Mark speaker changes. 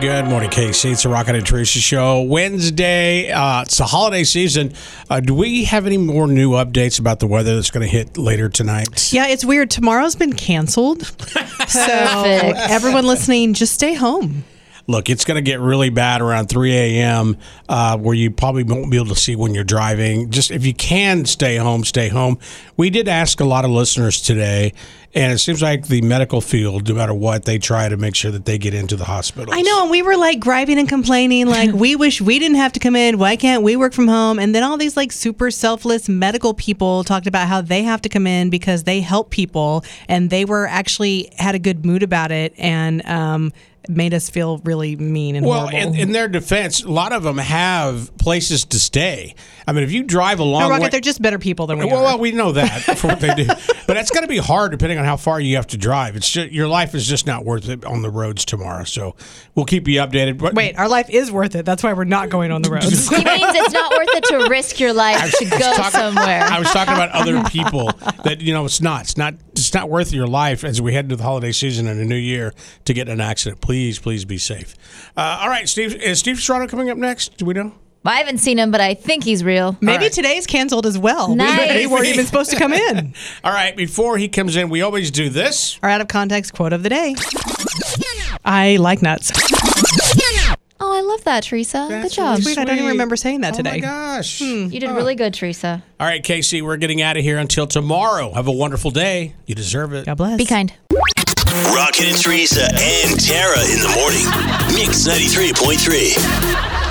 Speaker 1: Good morning, KC. It's the Rocket and Tracy show. Wednesday, uh, it's the holiday season. Uh, do we have any more new updates about the weather that's going to hit later tonight?
Speaker 2: Yeah, it's weird. Tomorrow's been canceled. So
Speaker 3: Perfect.
Speaker 2: everyone listening, just stay home.
Speaker 1: Look, it's going to get really bad around 3 a.m., uh, where you probably won't be able to see when you're driving. Just if you can stay home, stay home. We did ask a lot of listeners today, and it seems like the medical field, no matter what, they try to make sure that they get into the hospital.
Speaker 2: I know, and we were like griping and complaining, like we wish we didn't have to come in. Why can't we work from home? And then all these like super selfless medical people talked about how they have to come in because they help people, and they were actually had a good mood about it, and um, made us feel really mean and
Speaker 1: Well,
Speaker 2: horrible.
Speaker 1: in, in their defense, a lot of them have places to stay. I mean, if you drive a long
Speaker 2: No, Oh, Rocket,
Speaker 1: way,
Speaker 2: they're just better people than we
Speaker 1: well,
Speaker 2: are.
Speaker 1: well, we know that for what they do, but it's going to be hard depending on how far you have to drive. It's just, your life is just not worth it on the roads tomorrow. So we'll keep you updated. But
Speaker 2: Wait, our life is worth it. That's why we're not going on the roads.
Speaker 3: He means it's not worth it to risk your life to go somewhere.
Speaker 1: I was talking about other people that you know it's not. It's not. It's not worth your life as we head into the holiday season and a new year to get in an accident. Please, please be safe. Uh, all right, Steve. Is Steve Serrano coming up next? Do we know?
Speaker 3: I haven't seen him, but I think he's real.
Speaker 2: Maybe today's canceled as well.
Speaker 3: Nice.
Speaker 2: We weren't even supposed to come in.
Speaker 1: All right. Before he comes in, we always do this.
Speaker 2: Our out of context quote of the day. I like nuts.
Speaker 3: Oh, I love that, Teresa.
Speaker 1: That's
Speaker 3: good job.
Speaker 1: really
Speaker 2: Wait, I don't even remember saying that
Speaker 1: Oh my
Speaker 2: today. Hmm.
Speaker 1: gosh.
Speaker 3: You did really good, Teresa.
Speaker 1: All right, Casey, we're getting out of here until tomorrow. Have a wonderful day. You deserve it.
Speaker 2: God bless.
Speaker 3: Be kind.
Speaker 4: Rocket and Teresa and Tara in the morning. Mix 93.3.